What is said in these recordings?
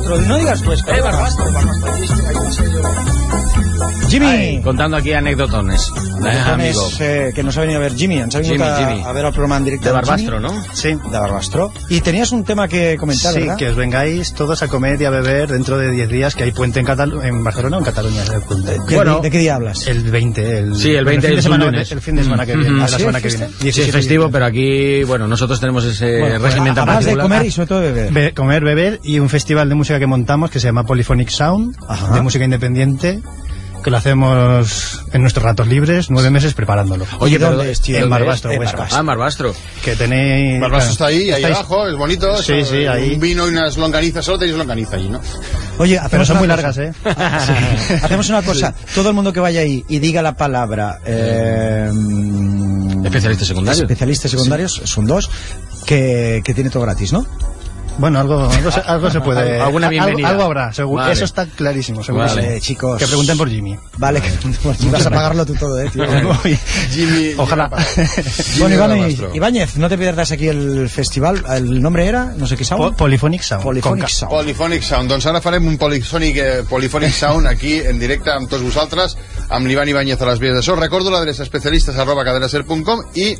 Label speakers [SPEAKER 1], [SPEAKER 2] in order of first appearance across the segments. [SPEAKER 1] otro. No digas tu
[SPEAKER 2] Eh,
[SPEAKER 1] esto. ¿eh,
[SPEAKER 3] Eva Barbastro, Barbastro, ahí no sé yo.
[SPEAKER 1] Jimmy.
[SPEAKER 2] eh,
[SPEAKER 4] Ahí, contando aquí anecdotones. Eh, amigo.
[SPEAKER 1] Anecdotones, eh, que nos ha venido a ver Jimmy, ens ha venido
[SPEAKER 4] Jimmy,
[SPEAKER 1] a,
[SPEAKER 4] Jimmy.
[SPEAKER 1] a ver al programa en
[SPEAKER 4] De
[SPEAKER 1] directo. amb
[SPEAKER 4] Barbastro,
[SPEAKER 1] Jimmy.
[SPEAKER 4] ¿no?
[SPEAKER 5] Sí.
[SPEAKER 1] De Barbastro. Y tenías un tema que comentar,
[SPEAKER 5] Sí,
[SPEAKER 1] ¿verdad?
[SPEAKER 5] que os vengáis todos a comer y a beber dentro de 10 días, que hay puente en, Catalu- en Barcelona o en Cataluña. el puente.
[SPEAKER 1] ¿Qué-
[SPEAKER 4] Bueno.
[SPEAKER 1] ¿De qué día hablas?
[SPEAKER 5] El 20, el,
[SPEAKER 4] Sí, el 20
[SPEAKER 5] fin de
[SPEAKER 4] es un
[SPEAKER 5] semana,
[SPEAKER 4] lunes.
[SPEAKER 5] el fin de semana que viene.
[SPEAKER 4] Mm.
[SPEAKER 5] la
[SPEAKER 1] ¿Ah, sí?
[SPEAKER 5] semana que
[SPEAKER 1] ¿Es
[SPEAKER 5] viene.
[SPEAKER 1] fiesta?
[SPEAKER 4] Sí, es
[SPEAKER 5] 17
[SPEAKER 4] festivo,
[SPEAKER 5] días.
[SPEAKER 4] pero aquí, bueno, nosotros tenemos ese
[SPEAKER 1] Bueno, pues,
[SPEAKER 4] régimen tan
[SPEAKER 1] Además de
[SPEAKER 4] particular.
[SPEAKER 1] comer y sobre todo de beber.
[SPEAKER 5] Be- comer, beber y un festival de música que montamos que se llama Polyphonic Sound,
[SPEAKER 1] Ajá.
[SPEAKER 5] de música independiente, que lo hacemos en nuestros ratos libres, nueve meses preparándolo.
[SPEAKER 4] Ah, Oye,
[SPEAKER 1] ¿Y
[SPEAKER 4] pero-
[SPEAKER 1] dónde es, tío?
[SPEAKER 5] en
[SPEAKER 1] ¿Dónde
[SPEAKER 5] Barbastro,
[SPEAKER 1] es? En
[SPEAKER 5] Huesca.
[SPEAKER 1] Barbastro.
[SPEAKER 4] Ah, Marbastro.
[SPEAKER 5] Que tenéis...
[SPEAKER 6] Barbastro está ahí, ahí
[SPEAKER 5] estáis-
[SPEAKER 6] abajo, es bonito.
[SPEAKER 5] Sí,
[SPEAKER 6] es,
[SPEAKER 5] sí,
[SPEAKER 6] eh,
[SPEAKER 5] ahí.
[SPEAKER 6] Un vino y unas longanizas, solo tenéis longaniza ahí, ¿no?
[SPEAKER 1] Oye,
[SPEAKER 5] Pero
[SPEAKER 1] hacemos
[SPEAKER 5] son
[SPEAKER 1] una
[SPEAKER 5] muy
[SPEAKER 1] cosa.
[SPEAKER 5] largas, ¿eh?
[SPEAKER 1] Hacemos una cosa. Todo el mundo que vaya ahí y diga la palabra eh,
[SPEAKER 4] Especialistas secundarios.
[SPEAKER 1] especialistas secundarios, son dos, que, que tiene todo gratis, ¿no?
[SPEAKER 5] Bueno, algo, algo, se- algo se puede...
[SPEAKER 4] Alguna
[SPEAKER 5] algo-
[SPEAKER 4] bienvenida.
[SPEAKER 5] Algo, habrá, seguro.
[SPEAKER 4] Vale.
[SPEAKER 5] Eso está clarísimo, seguro.
[SPEAKER 4] Vale.
[SPEAKER 5] que sí.
[SPEAKER 1] Eh, chicos.
[SPEAKER 5] Que pregunten por Jimmy.
[SPEAKER 1] Vale, que vas a pagarlo tú todo, eh, tío.
[SPEAKER 6] Jimmy.
[SPEAKER 5] Ojalá.
[SPEAKER 1] Bueno, Iván,
[SPEAKER 6] Barbastro.
[SPEAKER 1] Ibáñez, no te pierdas aquí el festival. El nombre era, no sé qué
[SPEAKER 5] Po-
[SPEAKER 1] sound.
[SPEAKER 5] Polyphonic Sound.
[SPEAKER 1] Polyphonic
[SPEAKER 5] Con K.
[SPEAKER 1] Sound.
[SPEAKER 6] Polyphonic Sound. Doncs ara farem un Polyphonic, eh, Polyphonic Sound aquí en directe amb tots vosaltres, amb l'Ivan Ibáñez a les vies de so. Recordo l'adreça especialistes arroba cadenaser.com i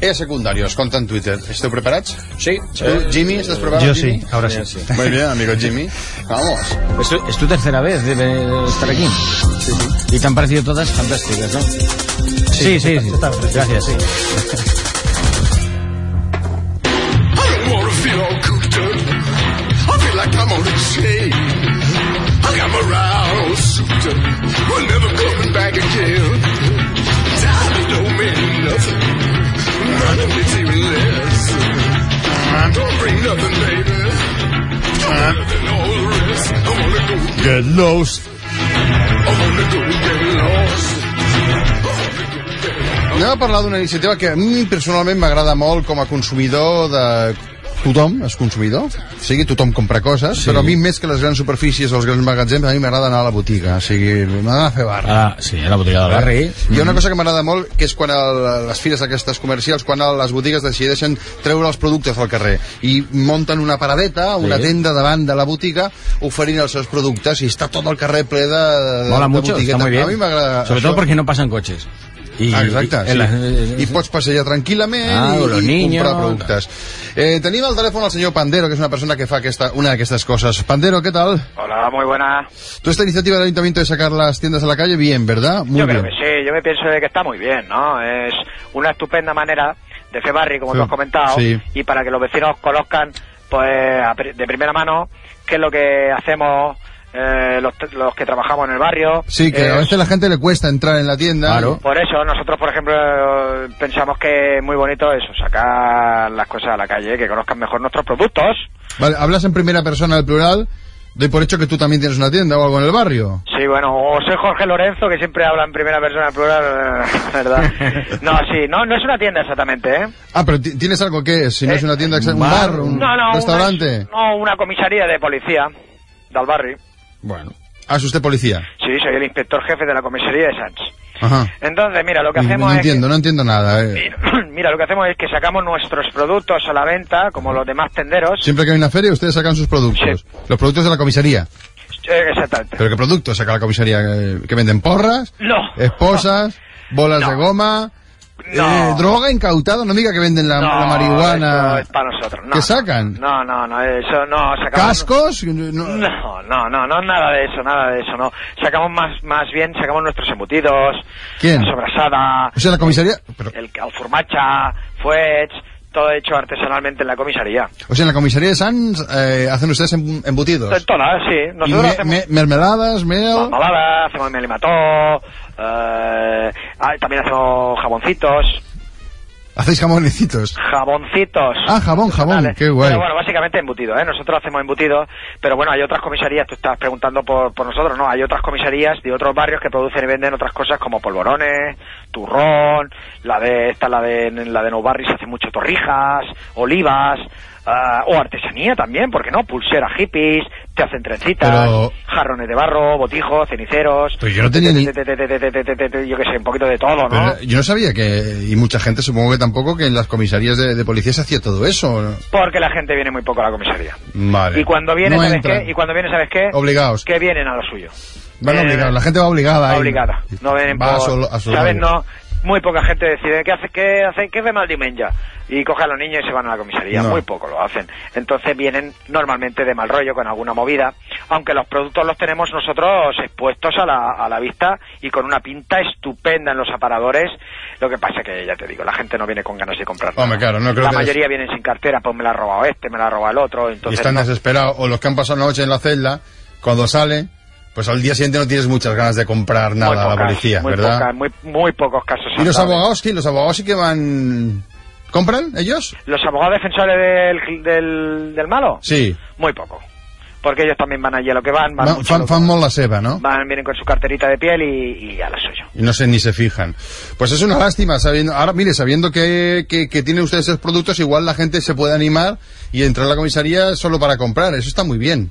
[SPEAKER 6] e-secundarios, compte en Twitter. Esteu preparats?
[SPEAKER 4] Sí.
[SPEAKER 6] Tu, Jimmy, ¿estás preparado?
[SPEAKER 5] Yo
[SPEAKER 6] Jimmy?
[SPEAKER 5] sí, ahora sí.
[SPEAKER 6] Muy bien, amigo Jimmy. Vamos.
[SPEAKER 4] Es, tu- es tu tercera vez de, de estar aquí. Y te han parecido todas fantásticas, ¿no? Sí, sí, sí.
[SPEAKER 5] está precioso,
[SPEAKER 4] Gracias.
[SPEAKER 7] I don't wanna feel all cooped up. I feel like I'm on a chain. I got my ride all souped up. We're never coming back again. Time don't mean nothing. Money means even less. Time don't bring nothing, baby. Time than all the rest. I wanna go get lost. I wanna go get lost.
[SPEAKER 6] Anem a parlar d'una iniciativa que a mi personalment m'agrada molt com a consumidor de tothom és consumidor, o sigui, tothom compra coses, sí. però a mi més que les grans superfícies o els grans magatzems, a mi m'agrada anar a la botiga, o sigui, m'agrada fer barra.
[SPEAKER 4] Ah, sí, a Mm. la botiga del barri.
[SPEAKER 6] Hi ha una cosa que m'agrada molt, que és quan el, les fires aquestes comercials, quan el, les botigues decideixen treure els productes al carrer i munten una paradeta, una
[SPEAKER 4] Sí.
[SPEAKER 6] tenda davant de la botiga, oferint els seus productes i està tot el carrer ple de, de,
[SPEAKER 4] Mola
[SPEAKER 6] de
[SPEAKER 4] mucho, está
[SPEAKER 6] botigueta.
[SPEAKER 4] muy bien.
[SPEAKER 6] A mi m'agrada
[SPEAKER 4] Sobre
[SPEAKER 6] això.
[SPEAKER 4] todo porque no pasan coches. Y,
[SPEAKER 6] Ah, Exacte,
[SPEAKER 4] y- en la-
[SPEAKER 6] sí. I pots passejar tranquil·lament
[SPEAKER 4] Ah,
[SPEAKER 6] i,
[SPEAKER 4] los
[SPEAKER 6] i
[SPEAKER 4] niños,
[SPEAKER 6] comprar productes. Eh, tenim al telèfon el senyor Pandero, que és una persona que fa aquesta, una d'aquestes coses. Pandero, ¿qué tal?
[SPEAKER 8] Hola, muy buenas.
[SPEAKER 6] Tú esta iniciativa del Ayuntamiento de sacar las tiendas a la calle, bien, ¿verdad? Muy
[SPEAKER 8] yo
[SPEAKER 6] bien.
[SPEAKER 8] creo que sí, yo me pienso de que está muy bien, ¿no? Es una estupenda manera de hacer barrio, como
[SPEAKER 6] Sí.
[SPEAKER 8] tú has comentado,
[SPEAKER 6] Sí.
[SPEAKER 8] y para que los vecinos conozcan, pues, a pri- de primera mano, qué es lo que hacemos eh, los, t- los que trabajamos en el barrio. Eh,
[SPEAKER 6] Sí, que a
[SPEAKER 8] Es-
[SPEAKER 6] veces a la gente le cuesta entrar en la tienda.
[SPEAKER 4] Claro.
[SPEAKER 8] Por eso, nosotros, por ejemplo, pensamos que es muy bonito eso, sacar las cosas a la calle, que conozcan mejor nuestros productos.
[SPEAKER 6] Vale, hablas en primera persona del plural, doy por hecho que tú también tienes una tienda o algo en el barrio.
[SPEAKER 8] Sí, bueno, o soy Jorge Lorenzo, que siempre habla en primera persona plural, eh, ¿verdad? No, sí, no, no es una tienda exactamente, ¿eh?
[SPEAKER 6] Ah, pero ti- tienes algo que es, si no
[SPEAKER 8] Eh,
[SPEAKER 6] es una tienda, un
[SPEAKER 4] bar,
[SPEAKER 6] bar, un
[SPEAKER 8] No, no,
[SPEAKER 6] restaurante.
[SPEAKER 8] Una, no, una comisaría de policía del barrio.
[SPEAKER 4] Bueno.
[SPEAKER 6] Ah, es usted policía.
[SPEAKER 8] Sí, soy el inspector jefe de la comisaría de Sanz.
[SPEAKER 6] Ajá.
[SPEAKER 8] Entonces, mira, lo que
[SPEAKER 6] No,
[SPEAKER 8] hacemos es...
[SPEAKER 6] entiendo, no entiendo nada. eh.
[SPEAKER 8] que- mira, mira, lo que hacemos es que sacamos nuestros productos a la venta, como los demás tenderos.
[SPEAKER 6] Siempre que hay una feria, ustedes sacan sus productos.
[SPEAKER 8] Sí.
[SPEAKER 6] Los productos de la comisaría.
[SPEAKER 8] Eh, Exactamente.
[SPEAKER 6] ¿Pero qué productos saca la comisaría? Eh, ¿Que venden porras?
[SPEAKER 8] No.
[SPEAKER 6] ¿Esposas? ¿Bolas
[SPEAKER 8] No.
[SPEAKER 6] de goma?
[SPEAKER 8] No.
[SPEAKER 6] eh, ¿Droga incautada? No me diga que venden la, la
[SPEAKER 8] eso
[SPEAKER 6] marihuana.
[SPEAKER 8] es para nosotros. No,
[SPEAKER 6] ¿Qué
[SPEAKER 8] no.
[SPEAKER 6] sacan?
[SPEAKER 8] No, no, no, eso no. Sacamos...
[SPEAKER 6] ¿Cascos? No.
[SPEAKER 8] No, no, no, no, nada de eso, nada de eso, no. Sacamos más, más bien, sacamos nuestros embutidos,
[SPEAKER 6] ¿Quién?
[SPEAKER 8] la sobrasada,
[SPEAKER 6] O sea, la comisaría... pero-
[SPEAKER 8] el alformacha, fuets, todo hecho artesanalmente en la comisaría.
[SPEAKER 6] o sea, en la comisaría de Sanz eh, hacen ustedes em- embutidos.
[SPEAKER 8] En todas, sí.
[SPEAKER 6] Y
[SPEAKER 8] Nosotros
[SPEAKER 6] me-
[SPEAKER 8] hacemos
[SPEAKER 6] me- mermeladas, mel...
[SPEAKER 8] malada, hacemos melimató, eh, ah, también hacemos jaboncitos,
[SPEAKER 6] Hacéis jamonecitos.
[SPEAKER 8] jaboncitos.
[SPEAKER 6] Ah, jabón, jabón,
[SPEAKER 8] Vale.
[SPEAKER 6] qué guay.
[SPEAKER 8] Pero bueno, básicamente embutido, ¿eh? Nosotros hacemos embutidos, pero bueno, hay otras comisarías, tú estás preguntando por, por nosotros, ¿no? Hay otras comisarías de otros barrios que producen y venden otras cosas como polvorones, turrón, la de esta la de la de Nou Barris hace mucho torrijas, olivas, ah, o artesanía también, porque no, pulseras hippies, te hacen trencitas,
[SPEAKER 6] Pero-
[SPEAKER 8] jarrones de barro, botijos, ceniceros.
[SPEAKER 6] Pero yo no tenía ni-
[SPEAKER 8] te- te- te- te- te- te- te- te- Yo que sé, un poquito de todo, ¿no?
[SPEAKER 6] Pero yo no sabía que, y mucha gente supongo que tampoco, que en las comisarías de, de policía se hacía todo eso.
[SPEAKER 8] Porque la gente viene muy poco a la comisaría.
[SPEAKER 6] Vale.
[SPEAKER 8] Y cuando viene,
[SPEAKER 6] No
[SPEAKER 8] ¿sabes
[SPEAKER 6] entran.
[SPEAKER 8] qué? Y cuando viene, ¿sabes qué?
[SPEAKER 6] Obligados.
[SPEAKER 8] Que vienen a lo suyo.
[SPEAKER 6] Van
[SPEAKER 8] Vienen-
[SPEAKER 6] obligados, la gente va obligada. ahí.
[SPEAKER 8] Eh, obligada. No vienen
[SPEAKER 6] Va a
[SPEAKER 8] por-
[SPEAKER 6] su- a su
[SPEAKER 8] ¿Sabes?
[SPEAKER 6] rollo.
[SPEAKER 8] No, muy poca gente decide, ¿qué hace? ¿Qué hace? ¿Qué ve mal diumenge? Y coge a los niños y se van a la comisaría.
[SPEAKER 6] No.
[SPEAKER 8] Muy poco lo hacen. Entonces vienen normalmente de mal rollo, con alguna movida. Aunque los productos los tenemos nosotros expuestos a la, a la vista y con una pinta estupenda en los aparadores. Lo que pasa que, ya te digo, la gente no viene con ganas de comprar.
[SPEAKER 6] Hombre,
[SPEAKER 8] nada.
[SPEAKER 6] claro, no creo
[SPEAKER 8] la
[SPEAKER 6] que-
[SPEAKER 8] mayoría vienen sin cartera, pues me la ha robado este, me la ha robado el otro.
[SPEAKER 6] Y
[SPEAKER 8] Entonces
[SPEAKER 6] están
[SPEAKER 8] no.
[SPEAKER 6] desesperados. O los que han pasado la noche en la celda, cuando salen, pues al día siguiente no tienes muchas ganas de comprar nada
[SPEAKER 8] Muy
[SPEAKER 6] a la
[SPEAKER 8] pocas,
[SPEAKER 6] policía,
[SPEAKER 8] muy
[SPEAKER 6] ¿verdad?
[SPEAKER 8] pocas, muy, muy pocos casos.
[SPEAKER 6] ¿Y los
[SPEAKER 8] andables.
[SPEAKER 6] abogados qué? ¿Los abogados sí que van... ¿Compran ellos?
[SPEAKER 8] ¿Los abogados defensores del, del, del malo?
[SPEAKER 6] Sí.
[SPEAKER 8] Muy poco. Porque ellos también van allí a lo que van, van,
[SPEAKER 6] Van-
[SPEAKER 8] mucho a
[SPEAKER 6] fan,
[SPEAKER 8] lo-
[SPEAKER 6] fan molt la seva, ¿no?
[SPEAKER 8] van, vienen con su carterita de piel y, y a la suya.
[SPEAKER 6] Y no sé, ni se fijan. Pues es una lástima, sabiendo, ahora mire, sabiendo que, que, que tienen ustedes esos productos, igual la gente se puede animar y entrar a la comisaría solo para comprar, eso está muy bien.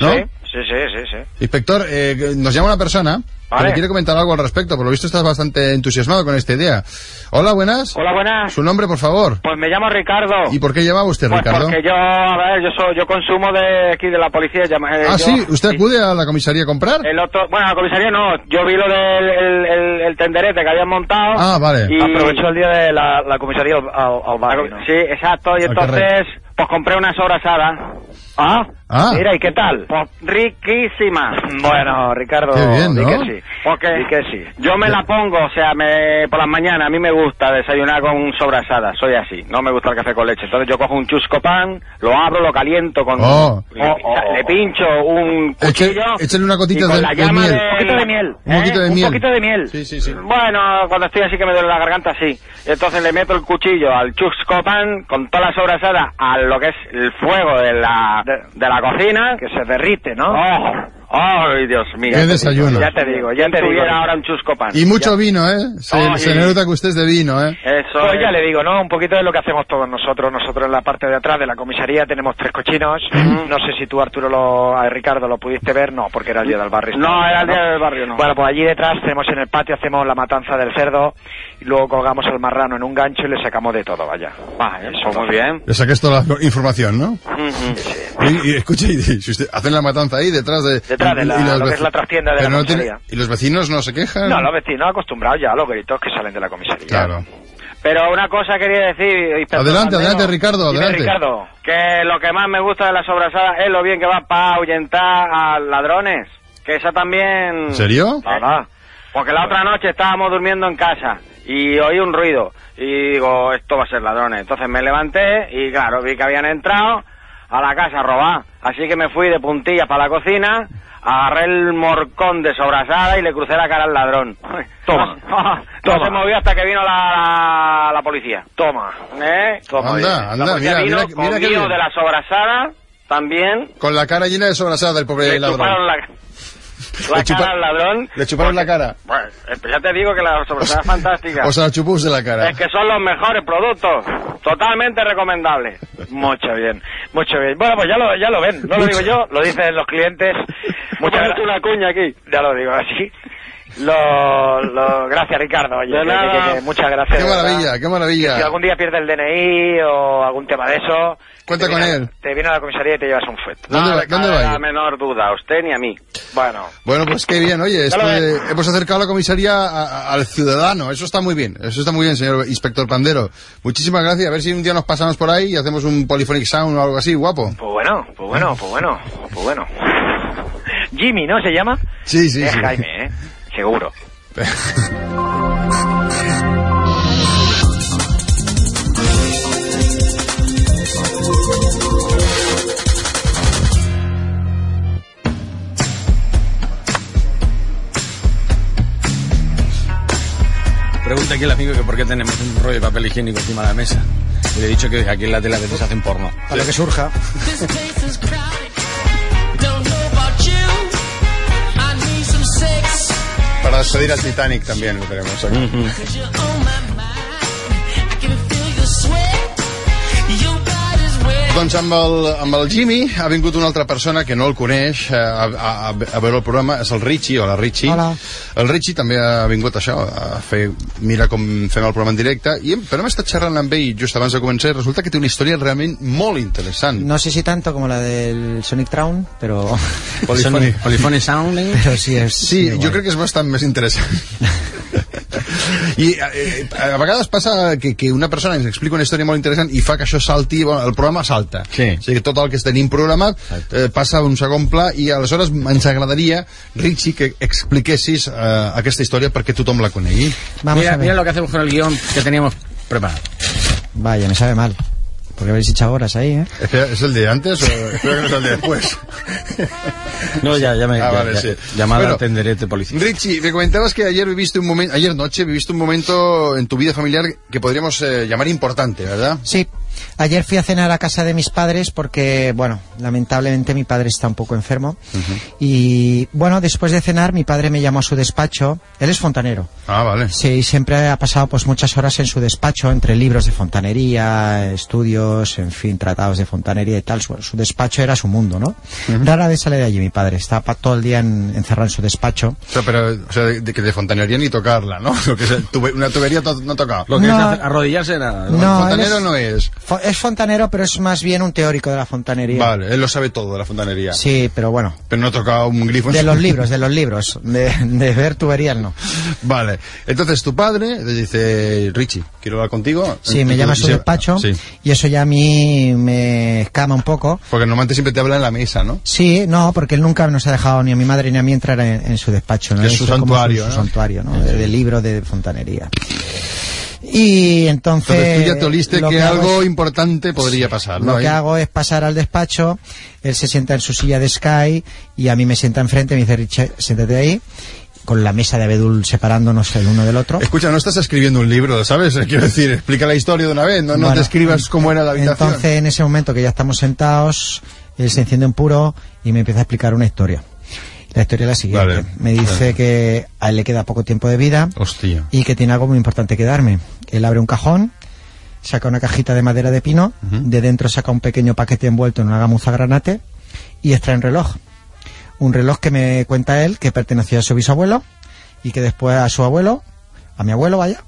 [SPEAKER 6] ¿No?
[SPEAKER 8] Sí, sí, sí, sí, sí.
[SPEAKER 6] Inspector, eh, nos llama una persona que
[SPEAKER 8] Vale.
[SPEAKER 6] le quiere comentar algo al respecto, por lo visto estás bastante entusiasmado con esta idea. Hola, buenas.
[SPEAKER 8] Hola, buenas.
[SPEAKER 6] Su nombre, por favor.
[SPEAKER 8] Pues me llamo Ricardo.
[SPEAKER 6] ¿Y por qué llamaba usted,
[SPEAKER 8] pues
[SPEAKER 6] Ricardo?
[SPEAKER 8] porque yo, a ver, yo, soy, yo consumo de aquí de la policía. llama- eh,
[SPEAKER 6] Ah,
[SPEAKER 8] yo- Eh,
[SPEAKER 6] sí, ¿usted acude a la comisaría a comprar?
[SPEAKER 8] El otro, bueno, la comisaría no, yo vi lo del el, el- el tenderete que habían montado.
[SPEAKER 6] Ah, vale.
[SPEAKER 8] Y
[SPEAKER 9] Aprovechó el día de la, la comisaría al, al, al barrio, ¿no?
[SPEAKER 8] Sí, exacto, y
[SPEAKER 6] Al
[SPEAKER 8] entonces, pues compré una sobrasada.
[SPEAKER 9] Ah,
[SPEAKER 6] Ah.
[SPEAKER 9] mira, ¿y qué tal?
[SPEAKER 8] Pues riquísima. Bueno, Ricardo,
[SPEAKER 6] Qué bien,
[SPEAKER 8] di
[SPEAKER 6] ¿no?
[SPEAKER 8] que sí.
[SPEAKER 9] Porque
[SPEAKER 8] Di que sí.
[SPEAKER 9] yo me la pongo, o sea, me, por las mañanas a mí me gusta desayunar con sobrasada, soy así, no me gusta el café con leche. Entonces yo cojo un chusco pan, lo abro, lo caliento con...
[SPEAKER 6] Oh.
[SPEAKER 9] y- y- Le pincho un
[SPEAKER 6] Eche-
[SPEAKER 9] cuchillo...
[SPEAKER 6] échale una gotita
[SPEAKER 9] y con
[SPEAKER 6] de-
[SPEAKER 9] la
[SPEAKER 6] de
[SPEAKER 9] llama
[SPEAKER 6] miel.
[SPEAKER 9] del-
[SPEAKER 6] Un
[SPEAKER 8] poquito de miel. ¿eh?
[SPEAKER 6] Un poquito de miel.
[SPEAKER 9] Un poquito de miel.
[SPEAKER 6] Sí, sí, sí.
[SPEAKER 9] Bueno, cuando estoy así que me duele la garganta, sí. Y entonces le meto el cuchillo al chusco pan con toda la sobrasada a lo que es el fuego de la, de, la cocina.
[SPEAKER 8] Que se derrite, ¿no?
[SPEAKER 9] ¡Oh! ¡Ay, Dios mío!
[SPEAKER 6] Qué desayuno.
[SPEAKER 9] Ya te digo, ya te digo. ahora un chusco pan.
[SPEAKER 6] Y mucho vino, ¿eh? Se,
[SPEAKER 9] Oh,
[SPEAKER 6] se
[SPEAKER 9] sí.
[SPEAKER 6] nota que usted es de vino, ¿eh?
[SPEAKER 9] Eso
[SPEAKER 8] Pues
[SPEAKER 9] es.
[SPEAKER 8] ya le digo, ¿no? Un poquito de lo que hacemos todos nosotros. Nosotros en la parte de atrás de la comisaría tenemos tres cochinos. No sé si tú, Arturo, lo, a Ricardo, lo pudiste ver. No, porque era el día del barrio.
[SPEAKER 9] No, era el día del barrio, no.
[SPEAKER 8] Bueno, pues allí detrás tenemos en el patio, hacemos la matanza del cerdo y luego colgamos al marrano en un gancho y le sacamos de todo, vaya.
[SPEAKER 9] Vale, pues muy bien.
[SPEAKER 6] Le saqué toda la información, ¿no?
[SPEAKER 9] Ujú.
[SPEAKER 6] Y, y escuche, y, si usted- hacen la matanza ahí detrás de...
[SPEAKER 8] Detrás de la-
[SPEAKER 6] y los
[SPEAKER 8] lo que
[SPEAKER 6] veci-
[SPEAKER 8] es la trastienda de
[SPEAKER 6] Pero
[SPEAKER 8] la
[SPEAKER 6] no tiene-
[SPEAKER 8] comisaría.
[SPEAKER 6] ¿Y los vecinos no se quejan?
[SPEAKER 8] No, los vecinos acostumbrados ya a los gritos que salen de la comisaría.
[SPEAKER 6] Claro.
[SPEAKER 9] Pero una cosa quería decir... inspector
[SPEAKER 6] Adelante,
[SPEAKER 9] Manteno,
[SPEAKER 6] adelante, Ricardo,
[SPEAKER 8] Dime,
[SPEAKER 6] adelante.
[SPEAKER 8] Ricardo.
[SPEAKER 9] Que lo que más me gusta de la sobrasada es lo bien que va para ahuyentar a ladrones. Que esa también...
[SPEAKER 6] ¿En serio?
[SPEAKER 9] Nada. Porque la otra noche estábamos durmiendo en casa y oí un ruido y digo, esto va a ser ladrones. Entonces me levanté y claro, vi que habían entrado a la casa a robar. Así que me fui de puntillas para la cocina, agarré el morcón de sobrasada y le crucé la cara al ladrón.
[SPEAKER 8] Toma.
[SPEAKER 9] No,
[SPEAKER 8] Toma.
[SPEAKER 9] se movió hasta que vino la, la, la policía.
[SPEAKER 8] Toma.
[SPEAKER 9] ¿Eh?
[SPEAKER 6] Anda,
[SPEAKER 9] bien.
[SPEAKER 6] anda,
[SPEAKER 9] la policía
[SPEAKER 6] mira,
[SPEAKER 9] vino,
[SPEAKER 6] mira que- mira que
[SPEAKER 9] comió
[SPEAKER 6] bien.
[SPEAKER 9] de la sobrasada también.
[SPEAKER 6] Con la cara llena de sobrasada del pobre
[SPEAKER 9] Le chuparon
[SPEAKER 6] ladrón.
[SPEAKER 9] la, la
[SPEAKER 6] Le chupa-
[SPEAKER 9] cara al ladrón.
[SPEAKER 6] Le chuparon la cara.
[SPEAKER 9] Bueno, eh, pues ya te digo que la sobrasada es fantástica.
[SPEAKER 6] O sea, la chupús de la cara.
[SPEAKER 9] es que son los mejores productos. Totalmente recomendables.
[SPEAKER 8] Mucho bien, mucho bien. Bueno, pues ya lo, ya lo ven, no lo digo yo, lo dicen los clientes. Muchas
[SPEAKER 9] Ponte
[SPEAKER 8] gracias.
[SPEAKER 9] una cuña aquí.
[SPEAKER 8] Ya lo digo así. Lo, lo- gracias, Ricardo. Oye,
[SPEAKER 9] De
[SPEAKER 8] que-
[SPEAKER 9] nada.
[SPEAKER 8] que- que- muchas gracias.
[SPEAKER 6] Qué
[SPEAKER 8] de verdad.
[SPEAKER 6] maravilla, qué maravilla.
[SPEAKER 8] Si algún día pierdes el DNI o algún tema de eso...
[SPEAKER 6] Cuenta
[SPEAKER 8] te
[SPEAKER 6] con
[SPEAKER 8] viene-
[SPEAKER 6] él.
[SPEAKER 8] Te viene a la comisaría y te llevas un fuet.
[SPEAKER 6] ¿Dónde
[SPEAKER 9] No
[SPEAKER 6] va-
[SPEAKER 9] le
[SPEAKER 6] dónde
[SPEAKER 9] cabe
[SPEAKER 6] va a
[SPEAKER 9] la
[SPEAKER 6] ir?
[SPEAKER 9] menor duda, a usted ni a mí.
[SPEAKER 8] Bueno,
[SPEAKER 6] Bueno, pues qué bien, oye, esto
[SPEAKER 8] lo
[SPEAKER 6] de-
[SPEAKER 8] ves.
[SPEAKER 6] hemos acercado la comisaría a- a- al ciudadano, eso está muy bien, eso está muy bien, señor inspector Pandero. Muchísimas gracias, a ver si un día nos pasamos por ahí y hacemos un polyphonic sound o algo así, guapo.
[SPEAKER 8] pues bueno, pues bueno, pues bueno, pues bueno. Jimmy, ¿no se llama?
[SPEAKER 6] Sí, sí,
[SPEAKER 8] Es
[SPEAKER 6] sí.
[SPEAKER 8] Jaime, ¿eh? Seguro.
[SPEAKER 4] Pregunta aquí el amigo que por qué tenemos un rollo de papel higiénico encima de la mesa. Y le he dicho que aquí en la tele a veces hacen porno.
[SPEAKER 1] A lo que surja.
[SPEAKER 10] This place is crowded. Don't know about you. I need some sex.
[SPEAKER 6] Para despedir al Titanic también lo tenemos aquí. Doncs amb el, amb el Jimmy ha vingut una altra persona que no el coneix eh, a, a, a a veure el programa, és el Richie, hola Richie.
[SPEAKER 10] Hola.
[SPEAKER 6] El Richie també ha vingut això, a fer, mira com fem el programa en directe, i hem, però hem estat xerrant amb ell just abans de començar i resulta que té una història realment molt interessant.
[SPEAKER 1] No sé si tanto como la del Sonic Town, pero...
[SPEAKER 6] Polifoni.
[SPEAKER 4] Polifone Sounding.
[SPEAKER 1] Pero sí es...
[SPEAKER 6] Sí, jo crec que és bastant més interessant. I eh, a vegades passa que, que una persona ens explica una història molt interessant i fa que això salti, bueno, el programa salta.
[SPEAKER 4] Sí.
[SPEAKER 6] O sigui que tot el que tenim programat eh, passa a un segon pla i aleshores ens agradaria, Richie, que expliquessis eh, aquesta història perquè tothom la conegui.
[SPEAKER 1] Vamos
[SPEAKER 4] Mira,
[SPEAKER 1] a ver.
[SPEAKER 4] mira lo que hacemos con el guión que teníamos preparado.
[SPEAKER 1] Vaya, me sabe mal. Porque habéis echado horas ahí, ¿eh?
[SPEAKER 6] Espera, ¿Es el de antes o espero que no es el de después?
[SPEAKER 4] No, ya, ya me.
[SPEAKER 6] Ah,
[SPEAKER 4] ya-
[SPEAKER 6] vale,
[SPEAKER 4] ya-
[SPEAKER 6] sí.
[SPEAKER 4] Llamada
[SPEAKER 6] Bueno.
[SPEAKER 4] al tenderete policía.
[SPEAKER 6] Richie, me comentabas que ayer viviste un momento, ayer noche viviste un momento en tu vida familiar que podríamos eh, llamar importante, ¿verdad?
[SPEAKER 1] Sí. Ayer fui a cenar a casa de mis padres porque, bueno, lamentablemente mi padre está un poco enfermo. Y, bueno, después de cenar, mi padre me llamó a su despacho. Él es fontanero.
[SPEAKER 6] Ah, vale.
[SPEAKER 1] Sí, y siempre ha pasado pues muchas horas en su despacho, entre libros de fontanería, estudios, en fin, tratados de fontanería y tal. Su, su despacho era su mundo, ¿no? Rara vez sale de allí mi padre. Está pa- todo el día en- encerrado en su despacho.
[SPEAKER 6] O sea, pero, o sea, de, de que de fontanería ni tocarla, ¿no? Lo que es el tube- una tubería to- no toca.
[SPEAKER 4] Lo que
[SPEAKER 1] No.
[SPEAKER 4] es hacer- arrodillarse era.
[SPEAKER 1] No,
[SPEAKER 6] fontanero
[SPEAKER 1] eres-
[SPEAKER 6] no es.
[SPEAKER 1] Fo- es fontanero, pero es más bien un teórico de la fontanería.
[SPEAKER 6] Vale, él lo sabe todo de la fontanería.
[SPEAKER 1] Sí, pero bueno.
[SPEAKER 6] Pero no toca un grifo. en
[SPEAKER 1] De
[SPEAKER 6] su-
[SPEAKER 1] los libros, de los libros. De, de ver tuberías, no.
[SPEAKER 6] Vale. Entonces tu padre le dice, Richie, quiero hablar contigo.
[SPEAKER 1] Sí, me
[SPEAKER 6] Entonces,
[SPEAKER 1] llama a su
[SPEAKER 6] dice-
[SPEAKER 1] despacho
[SPEAKER 6] Sí.
[SPEAKER 1] y eso ya a mí me escama un poco.
[SPEAKER 6] Porque normalmente siempre te habla en la mesa, ¿no?
[SPEAKER 1] Sí, no, porque él nunca nos ha dejado ni a mi madre ni a mí entrar en, en su despacho. ¿no?
[SPEAKER 6] Es su
[SPEAKER 1] Eso como
[SPEAKER 6] santuario,
[SPEAKER 1] Su,
[SPEAKER 6] ¿no?
[SPEAKER 1] santuario, ¿no? De, de libro, de fontanería. Y entonces...
[SPEAKER 6] Entonces tú ya te oliste
[SPEAKER 1] Eh, lo
[SPEAKER 6] que,
[SPEAKER 1] hago
[SPEAKER 6] algo
[SPEAKER 1] es-
[SPEAKER 6] importante podría pasar, ¿no?
[SPEAKER 1] Lo que
[SPEAKER 6] Ahí.
[SPEAKER 1] hago es pasar al despacho, él se sienta en su silla de Sky y a mí me sienta enfrente, me dice, Richard, siéntate ahí, con la mesa de abedul separándonos el uno del otro.
[SPEAKER 6] Escucha, no estás escribiendo un libro, ¿sabes? Quiero decir, explica la historia de una vez, no, no
[SPEAKER 1] Bueno,
[SPEAKER 6] te escribas cómo era la habitación.
[SPEAKER 1] Entonces, en ese momento que ya estamos sentados, él se enciende un puro y me empieza a explicar una historia. La historia es la siguiente.
[SPEAKER 6] Vale.
[SPEAKER 1] me dice que a él le queda poco tiempo de vida
[SPEAKER 6] Hostia.
[SPEAKER 1] y que tiene algo muy importante que darme. Él abre un cajón, saca una cajita de madera de pino, de dentro saca un pequeño paquete envuelto en una gamuza granate y extrae un reloj. Un reloj que me cuenta él que pertenecía a su bisabuelo y que después a su abuelo, a mi abuelo vaya,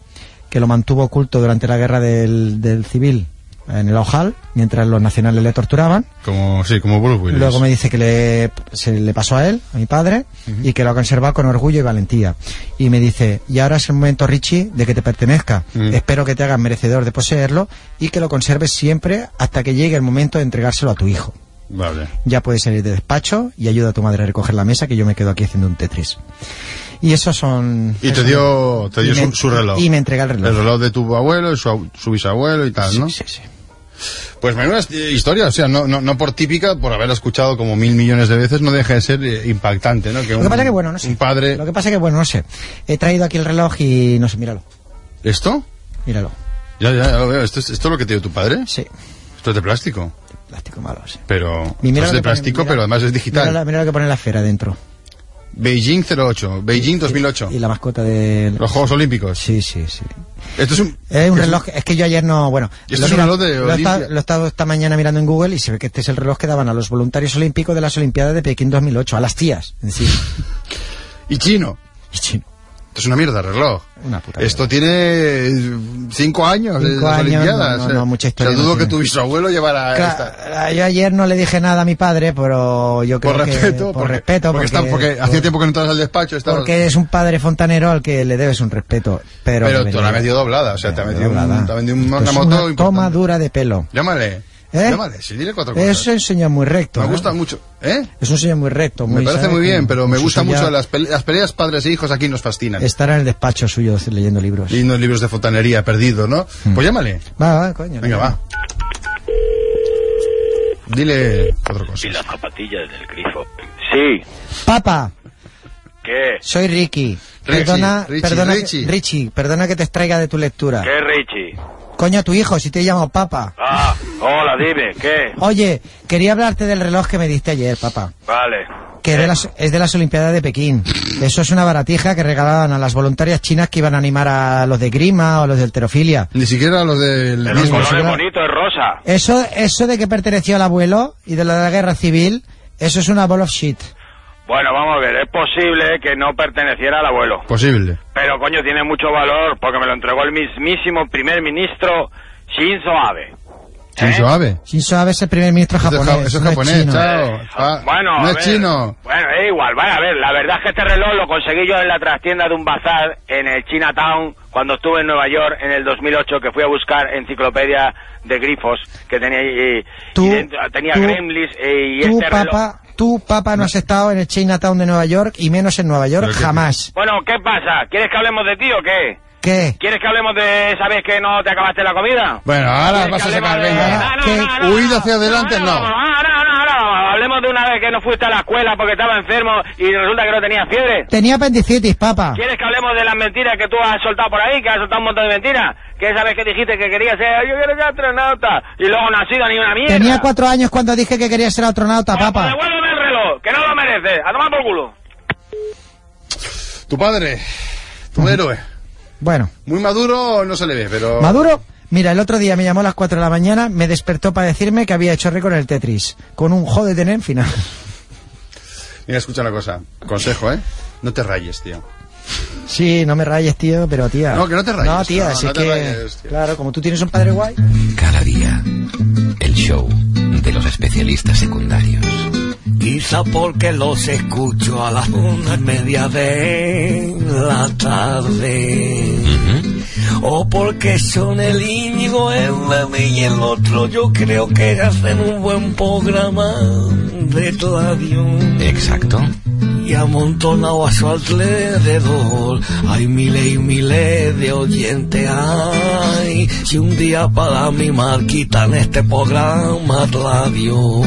[SPEAKER 1] que lo mantuvo oculto durante la guerra del, del civil en el Ojal, mientras los nacionales le torturaban.
[SPEAKER 6] Como, sí, como Bruce Willis.
[SPEAKER 1] Luego me dice que le, se le pasó a él, a mi padre, y que lo ha conservado con orgullo y valentía. Y me dice, y ahora es el momento, Richie, de que te pertenezca.
[SPEAKER 6] Mm.
[SPEAKER 1] Espero que te hagas merecedor de poseerlo y que lo conserves siempre hasta que llegue el momento de entregárselo a tu hijo.
[SPEAKER 6] Vale.
[SPEAKER 1] Ya puedes salir de despacho y ayuda a tu madre a recoger la mesa que yo me quedo aquí haciendo un Tetris. Y esos son...
[SPEAKER 6] Y te
[SPEAKER 1] esos-
[SPEAKER 6] dio, te dio
[SPEAKER 1] y me-
[SPEAKER 6] su, su reloj.
[SPEAKER 1] Y me entrega el reloj.
[SPEAKER 6] El reloj de tu abuelo, y su, ab- su bisabuelo y tal, ¿no?
[SPEAKER 1] Sí, sí, sí.
[SPEAKER 6] Pues menuda eh, historia, o sea, no, no, no por típica, por haber escuchado como mil millones de veces, no deja de ser eh, impactante, ¿no?
[SPEAKER 1] Lo
[SPEAKER 6] un-
[SPEAKER 1] que pasa que, bueno, no sé.
[SPEAKER 6] Un padre...
[SPEAKER 1] Lo que pasa que, bueno, no sé. He traído aquí el reloj y no sé, míralo.
[SPEAKER 6] ¿Esto?
[SPEAKER 1] Míralo.
[SPEAKER 6] Ya, ya, ya lo veo. ¿Esto, es- ¿Esto es lo que te dio tu padre?
[SPEAKER 1] Sí.
[SPEAKER 6] Esto es de plástico,
[SPEAKER 1] Plástico malo, sí.
[SPEAKER 6] pero...
[SPEAKER 1] Y mira lo
[SPEAKER 6] esto es
[SPEAKER 1] que
[SPEAKER 6] de
[SPEAKER 1] pone,
[SPEAKER 6] plástico,
[SPEAKER 1] mira-
[SPEAKER 6] pero además es digital.
[SPEAKER 1] Mira, la- mira lo que pone la esfera dentro.
[SPEAKER 6] Beijing 08, Beijing 2008.
[SPEAKER 1] Y la mascota del...
[SPEAKER 6] Los Juegos Olímpicos.
[SPEAKER 1] Sí, sí, sí.
[SPEAKER 6] Esto es un...
[SPEAKER 1] Es un
[SPEAKER 6] es
[SPEAKER 1] reloj, es que yo ayer no, bueno,
[SPEAKER 6] Y esto
[SPEAKER 1] lo
[SPEAKER 6] es un reloj de
[SPEAKER 1] lo he
[SPEAKER 6] Olimpia.
[SPEAKER 1] estado- lo he estado esta mañana mirando en Google y se ve que este es el reloj que daban a los voluntarios olímpicos de las Olimpiadas de Pekín 2008, a las tías, en sí.
[SPEAKER 6] Y chino.
[SPEAKER 1] Y chino.
[SPEAKER 6] Esto es una mierda, de reloj.
[SPEAKER 1] Una puta
[SPEAKER 6] Esto tiene eh, cinco años
[SPEAKER 1] Cinco
[SPEAKER 6] de las
[SPEAKER 1] años,
[SPEAKER 6] Olimpiadas.
[SPEAKER 1] no, no, no, mucha historia
[SPEAKER 6] O sea, dudo
[SPEAKER 1] no
[SPEAKER 6] que
[SPEAKER 1] tiene.
[SPEAKER 6] tu bisabuelo llevara
[SPEAKER 1] Claro,
[SPEAKER 6] esta.
[SPEAKER 1] yo ayer no le dije nada a mi padre, pero yo creo
[SPEAKER 6] Por
[SPEAKER 1] que
[SPEAKER 6] respeto,
[SPEAKER 1] por
[SPEAKER 6] porque,
[SPEAKER 1] respeto,
[SPEAKER 6] porque,
[SPEAKER 1] porque,
[SPEAKER 6] está- porque hacía tiempo que no entrabas al despacho. estabas-
[SPEAKER 1] porque es un padre fontanero al que le debes un respeto, pero,
[SPEAKER 6] pero
[SPEAKER 1] debería-
[SPEAKER 6] tú la has metido doblada, o sea, Ah, te ha
[SPEAKER 1] Pero
[SPEAKER 6] metido, un,
[SPEAKER 1] doblada.
[SPEAKER 6] te ha vendido un-
[SPEAKER 1] Esto
[SPEAKER 6] una
[SPEAKER 1] es
[SPEAKER 6] moto
[SPEAKER 1] Pues una
[SPEAKER 6] importante.
[SPEAKER 1] toma dura de pelo.
[SPEAKER 6] Llámale.
[SPEAKER 1] ¿Eh?
[SPEAKER 6] Llámale, si dile cuatro cosas.
[SPEAKER 1] Es un señor muy recto.
[SPEAKER 6] me
[SPEAKER 1] ¿eh?
[SPEAKER 6] gusta mucho. ¿Eh?
[SPEAKER 1] Es un señor muy recto.
[SPEAKER 6] Me
[SPEAKER 1] muy,
[SPEAKER 6] parece
[SPEAKER 1] ¿sabes?
[SPEAKER 6] muy bien,
[SPEAKER 1] Con-
[SPEAKER 6] pero
[SPEAKER 1] con
[SPEAKER 6] me
[SPEAKER 1] su
[SPEAKER 6] gusta
[SPEAKER 1] silla.
[SPEAKER 6] mucho las, pele- las peleas padres e hijos aquí nos fascinan.
[SPEAKER 1] Estará en el despacho suyo leyendo libros.
[SPEAKER 6] Y unos libros de fontanería perdido, ¿no?
[SPEAKER 1] Mm.
[SPEAKER 6] Pues llámale.
[SPEAKER 1] Va, va, coño.
[SPEAKER 6] Venga, va. Dile cuatro cosas.
[SPEAKER 9] zapatillas del grifo. Sí.
[SPEAKER 1] Papa,
[SPEAKER 9] ¿Qué?
[SPEAKER 1] soy Ricky.
[SPEAKER 6] Richie,
[SPEAKER 1] perdona,
[SPEAKER 6] Richie,
[SPEAKER 1] perdona,
[SPEAKER 6] Richie.
[SPEAKER 1] Que, Richie, perdona que te extraiga de tu lectura.
[SPEAKER 9] ¿Qué, Richie?
[SPEAKER 1] Coño, tu hijo, si te he llamado Papa.
[SPEAKER 9] Ah, hola, dime, ¿qué?
[SPEAKER 1] Oye, quería hablarte del reloj que me diste ayer, Papa.
[SPEAKER 9] Vale.
[SPEAKER 1] que
[SPEAKER 6] Eh.
[SPEAKER 1] de las- es de las Olimpiadas de Pekín. Eso es una baratija que regalaban a las voluntarias chinas que iban a animar a los de grima o a los de alterofilia.
[SPEAKER 6] Ni siquiera los del
[SPEAKER 8] Pero el
[SPEAKER 6] mismo.
[SPEAKER 8] color es
[SPEAKER 1] señora.
[SPEAKER 8] bonito, es rosa.
[SPEAKER 1] Eso, eso de que perteneció al abuelo y de lo de la guerra civil, eso es una ball of shit.
[SPEAKER 8] Bueno, vamos a ver, es posible que no perteneciera al abuelo.
[SPEAKER 6] Posible.
[SPEAKER 8] Pero coño, tiene mucho valor porque me lo entregó el mismísimo primer ministro Shinzo Abe. ¿Eh?
[SPEAKER 6] Shinzo Abe.
[SPEAKER 1] Shinzo Abe es el primer ministro
[SPEAKER 6] Eso es,
[SPEAKER 1] japonés.
[SPEAKER 6] ja- eso es
[SPEAKER 1] no
[SPEAKER 6] japonés,
[SPEAKER 1] chino.
[SPEAKER 6] chao. Ah,
[SPEAKER 8] Eh, Bueno,
[SPEAKER 6] no
[SPEAKER 8] a
[SPEAKER 6] es
[SPEAKER 8] ver.
[SPEAKER 6] chino.
[SPEAKER 8] Bueno, es igual, vale, a ver, la verdad es que este reloj lo conseguí yo en la trastienda de un bazar en el Chinatown cuando estuve en Nueva York en el 2008 que fui a buscar enciclopedia de grifos que tenía y, y
[SPEAKER 1] Tú-
[SPEAKER 8] dentro- tenía
[SPEAKER 1] tú-
[SPEAKER 8] gremlins y,
[SPEAKER 1] Tú,
[SPEAKER 8] este reloj.
[SPEAKER 1] papá, tú, papá, no has estado en el Chinatown de Nueva York y menos en Nueva York
[SPEAKER 6] Pero que-
[SPEAKER 1] jamás.
[SPEAKER 8] Bueno, ¿qué pasa? ¿Quieres que hablemos de ti o qué?
[SPEAKER 1] ¿Qué?
[SPEAKER 8] ¿Quieres que hablemos de esa vez que no te acabaste la comida?
[SPEAKER 6] Bueno, ahora
[SPEAKER 8] ¿Quieres
[SPEAKER 6] vas a
[SPEAKER 8] que hablemos
[SPEAKER 6] sacar,
[SPEAKER 8] de-
[SPEAKER 6] venga.
[SPEAKER 1] Ah,
[SPEAKER 8] No, no,
[SPEAKER 1] ¿qué?
[SPEAKER 8] no, no, no,
[SPEAKER 6] Huida hacia adelante, no.
[SPEAKER 8] No, no, no, no, no, no. Hablemos de una vez que no fuiste a la escuela porque estaba enfermo y resulta que no tenía fiebre.
[SPEAKER 1] Tenía apendicitis, papá.
[SPEAKER 8] ¿Quieres que hablemos de las mentiras que tú has soltado por ahí? Que has soltado un montón de mentiras. Que esa vez que dijiste que querías ser, yo quiero ser astronauta. Y luego no has sido ni una mierda.
[SPEAKER 1] Tenía cuatro años cuando dije que quería ser astronauta,
[SPEAKER 8] Bueno,
[SPEAKER 1] papá.
[SPEAKER 8] pues devuélveme el reloj, que no lo mereces. A tomar por culo.
[SPEAKER 6] Tu padre, tu héroe.
[SPEAKER 1] Bueno,
[SPEAKER 6] Muy maduro no se le ve, pero...
[SPEAKER 1] Maduro, mira, el otro día me llamó a las 4 de la mañana, me despertó para decirme que había hecho récord en el Tetris, con un joder de en final.
[SPEAKER 6] Mira, escucha una cosa. Consejo, ¿eh? No te rayes, tío.
[SPEAKER 1] Sí, no me rayes, tío, pero tía.
[SPEAKER 6] No, que no te rayes.
[SPEAKER 1] No, tía,
[SPEAKER 6] No,
[SPEAKER 1] así
[SPEAKER 6] no te
[SPEAKER 1] que.
[SPEAKER 6] rayes, tío.
[SPEAKER 1] claro, como tú tienes un padre guay.
[SPEAKER 10] Cada día, el show de los especialistas secundarios.
[SPEAKER 3] Quizá porque los escucho a las una y media de la tarde. O porque son el Íñigo, el Leme y el otro. Yo creo que hacen un buen programa de Claudio.
[SPEAKER 10] Exacto.
[SPEAKER 3] Y amontonado a su alrededor. Hay miles y miles de oyentes. Ay, si un día para mi mar quitan este programa radio.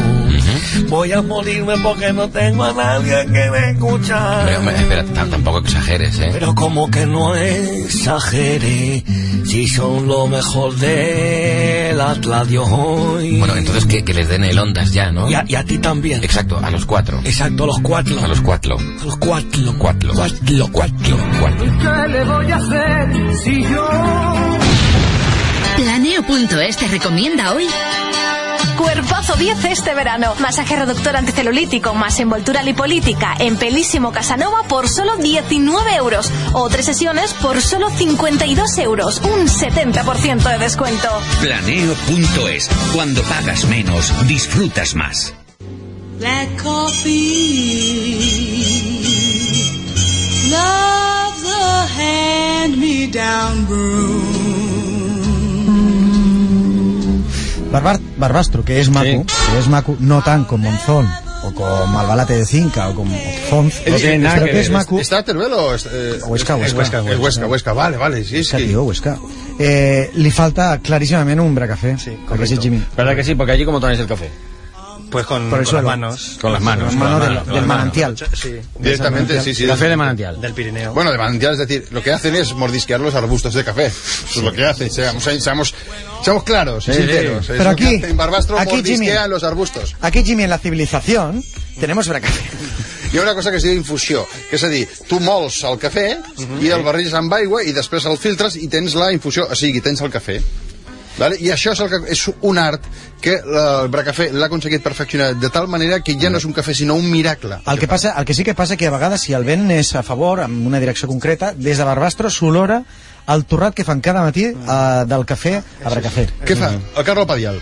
[SPEAKER 3] Voy a morirme porque no tengo a nadie que me escuchar.
[SPEAKER 10] Pero, hombre, espera, tam- tampoco exageres, ¿eh?
[SPEAKER 3] Pero como que no exagere, si son lo mejor de las radios hoy.
[SPEAKER 10] Bueno, entonces que, que les den el ondas ya, ¿no?
[SPEAKER 3] y, a, y a ti también.
[SPEAKER 10] Exacto, a los cuatro.
[SPEAKER 3] Exacto, los cuatro.
[SPEAKER 10] A los cuatro.
[SPEAKER 3] A los cuatro.
[SPEAKER 10] Cuatro.
[SPEAKER 3] Cuatro.
[SPEAKER 10] Cuatro. Cuatro.
[SPEAKER 11] Planeo.es te recomienda hoy.
[SPEAKER 12] Cuerpazo 10 este verano. Masaje reductor anticelulítico más envoltura lipolítica en Pelísimo Casanova por solo 19 euros. O tres sesiones por solo 52 euros. Un 70% de descuento.
[SPEAKER 10] Planeo.es. Cuando pagas menos, disfrutas más.
[SPEAKER 11] Black coffee loves a hand-me-down broom.
[SPEAKER 1] Barbar- Barbastro, que es Macu, que es Macu, no tan con Monzón, o con Malbalate de Cinca, o con Fonz.
[SPEAKER 6] Eh, eh,
[SPEAKER 1] pero
[SPEAKER 6] espera,
[SPEAKER 1] que es Macu.
[SPEAKER 6] ¿Está Teruel o...? es- eh,
[SPEAKER 1] Huesca,
[SPEAKER 6] es- es
[SPEAKER 1] Huesca.
[SPEAKER 6] Es Huesca, Huesca. Vale, vale, sí,
[SPEAKER 1] Huesca,
[SPEAKER 6] sí.
[SPEAKER 1] tío, Huesca. Eh, le falta clarísimamente un bracafé.
[SPEAKER 5] Sí,
[SPEAKER 1] ¿A que
[SPEAKER 5] correcto.
[SPEAKER 1] sí, Jimmy?
[SPEAKER 2] ¿Verdad que sí? Porque allí como tomáis el café.
[SPEAKER 5] Pues con,
[SPEAKER 1] Por el
[SPEAKER 5] con las
[SPEAKER 1] suelo.
[SPEAKER 5] manos.
[SPEAKER 2] Con las manos.
[SPEAKER 1] Hermano
[SPEAKER 2] con las
[SPEAKER 1] del-
[SPEAKER 2] manos, con
[SPEAKER 1] del
[SPEAKER 2] las manos.
[SPEAKER 1] manantial.
[SPEAKER 5] Sí,
[SPEAKER 6] Directamente, sí, sí.
[SPEAKER 2] Café de manantial.
[SPEAKER 5] del Pirineo.
[SPEAKER 6] Bueno, de manantial, es decir, lo que hacen es mordisquear los arbustos de café. Eso es lo que hacen, seamos, seamos, seamos claros, y
[SPEAKER 2] Sí, sí.
[SPEAKER 6] sinceros. Es
[SPEAKER 1] Pero
[SPEAKER 6] lo que
[SPEAKER 1] aquí-
[SPEAKER 6] hacen. Barbastro
[SPEAKER 1] aquí,
[SPEAKER 6] mordisquea
[SPEAKER 1] Jimmy.
[SPEAKER 6] los arbustos.
[SPEAKER 1] Aquí, Jimmy, en la civilización, tenemos bracafé.
[SPEAKER 6] Hi ha una cosa que es diu infusió, que és a dir, tu mols el cafè i el barreges amb aigua i després el filtres i tens la infusió, o sigui, tens el cafè. Vale? I això és, el que, és un art que el bracafè l'ha aconseguit perfeccionar de tal manera que ja no és un cafè, sinó un miracle.
[SPEAKER 1] El que, passa, el que sí que passa que a vegades si el vent és a favor amb una direcció concreta, des de Barbastro s'olora el torrat que fan cada matí
[SPEAKER 6] Ah.
[SPEAKER 1] eh, del cafè a Bracafé.
[SPEAKER 6] Què fa? El Carlo Padial.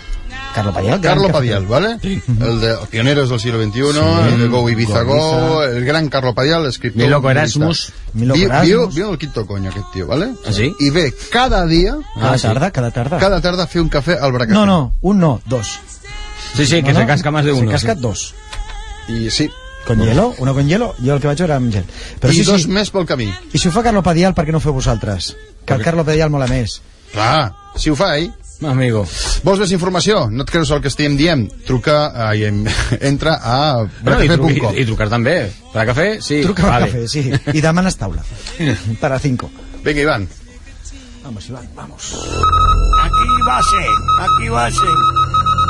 [SPEAKER 1] Carlo Padial. gran
[SPEAKER 6] Carlo
[SPEAKER 1] cafè.
[SPEAKER 6] Padial, ¿vale? El de Pioneros del siglo XXI, el de Go Ibiza Go, el gran Carlo Padial, escriptor.
[SPEAKER 2] Mi loco
[SPEAKER 6] periodista.
[SPEAKER 2] Erasmus.
[SPEAKER 1] Mi loco
[SPEAKER 6] Viu- viu-
[SPEAKER 1] Erasmus.
[SPEAKER 6] Viu en el quinto coño aquest tio, ¿vale?
[SPEAKER 2] Ah, sí?
[SPEAKER 6] I ve cada dia,
[SPEAKER 1] Ah, Cada tarda, cada tarda.
[SPEAKER 6] Ah, cada tarda a fer un cafè al bracafè.
[SPEAKER 1] No, no, un no, dos.
[SPEAKER 2] Sí, sí, que
[SPEAKER 1] No,
[SPEAKER 2] se
[SPEAKER 1] no,
[SPEAKER 2] casca más de uno.
[SPEAKER 1] Se casca
[SPEAKER 2] sí.
[SPEAKER 1] dos.
[SPEAKER 6] I sí,
[SPEAKER 1] Con hielo, uno con hielo, jo el que vaig veure amb gel. Però
[SPEAKER 6] I
[SPEAKER 1] sí,
[SPEAKER 6] dos
[SPEAKER 1] sí.
[SPEAKER 6] més pel camí.
[SPEAKER 1] I si ho fa Carlo Padial, per què no ho feu vosaltres? Que el Carlo Padial mola més.
[SPEAKER 6] Clar, si ho fa ell...
[SPEAKER 2] Amigo.
[SPEAKER 6] Vols més informació? No et creus el que estem dient? Truca, ai, em- entra a
[SPEAKER 2] Bueno, y, tru-
[SPEAKER 6] bracafè.com.
[SPEAKER 2] y- y trucar también. ¿Para café? Sí.
[SPEAKER 1] Truca al
[SPEAKER 2] vale.
[SPEAKER 1] cafè, sí. I demanes taula. per a cinco.
[SPEAKER 6] Vinga, Ivan.
[SPEAKER 1] Vamos, Iván, vamos.
[SPEAKER 3] Aquí base, aquí base,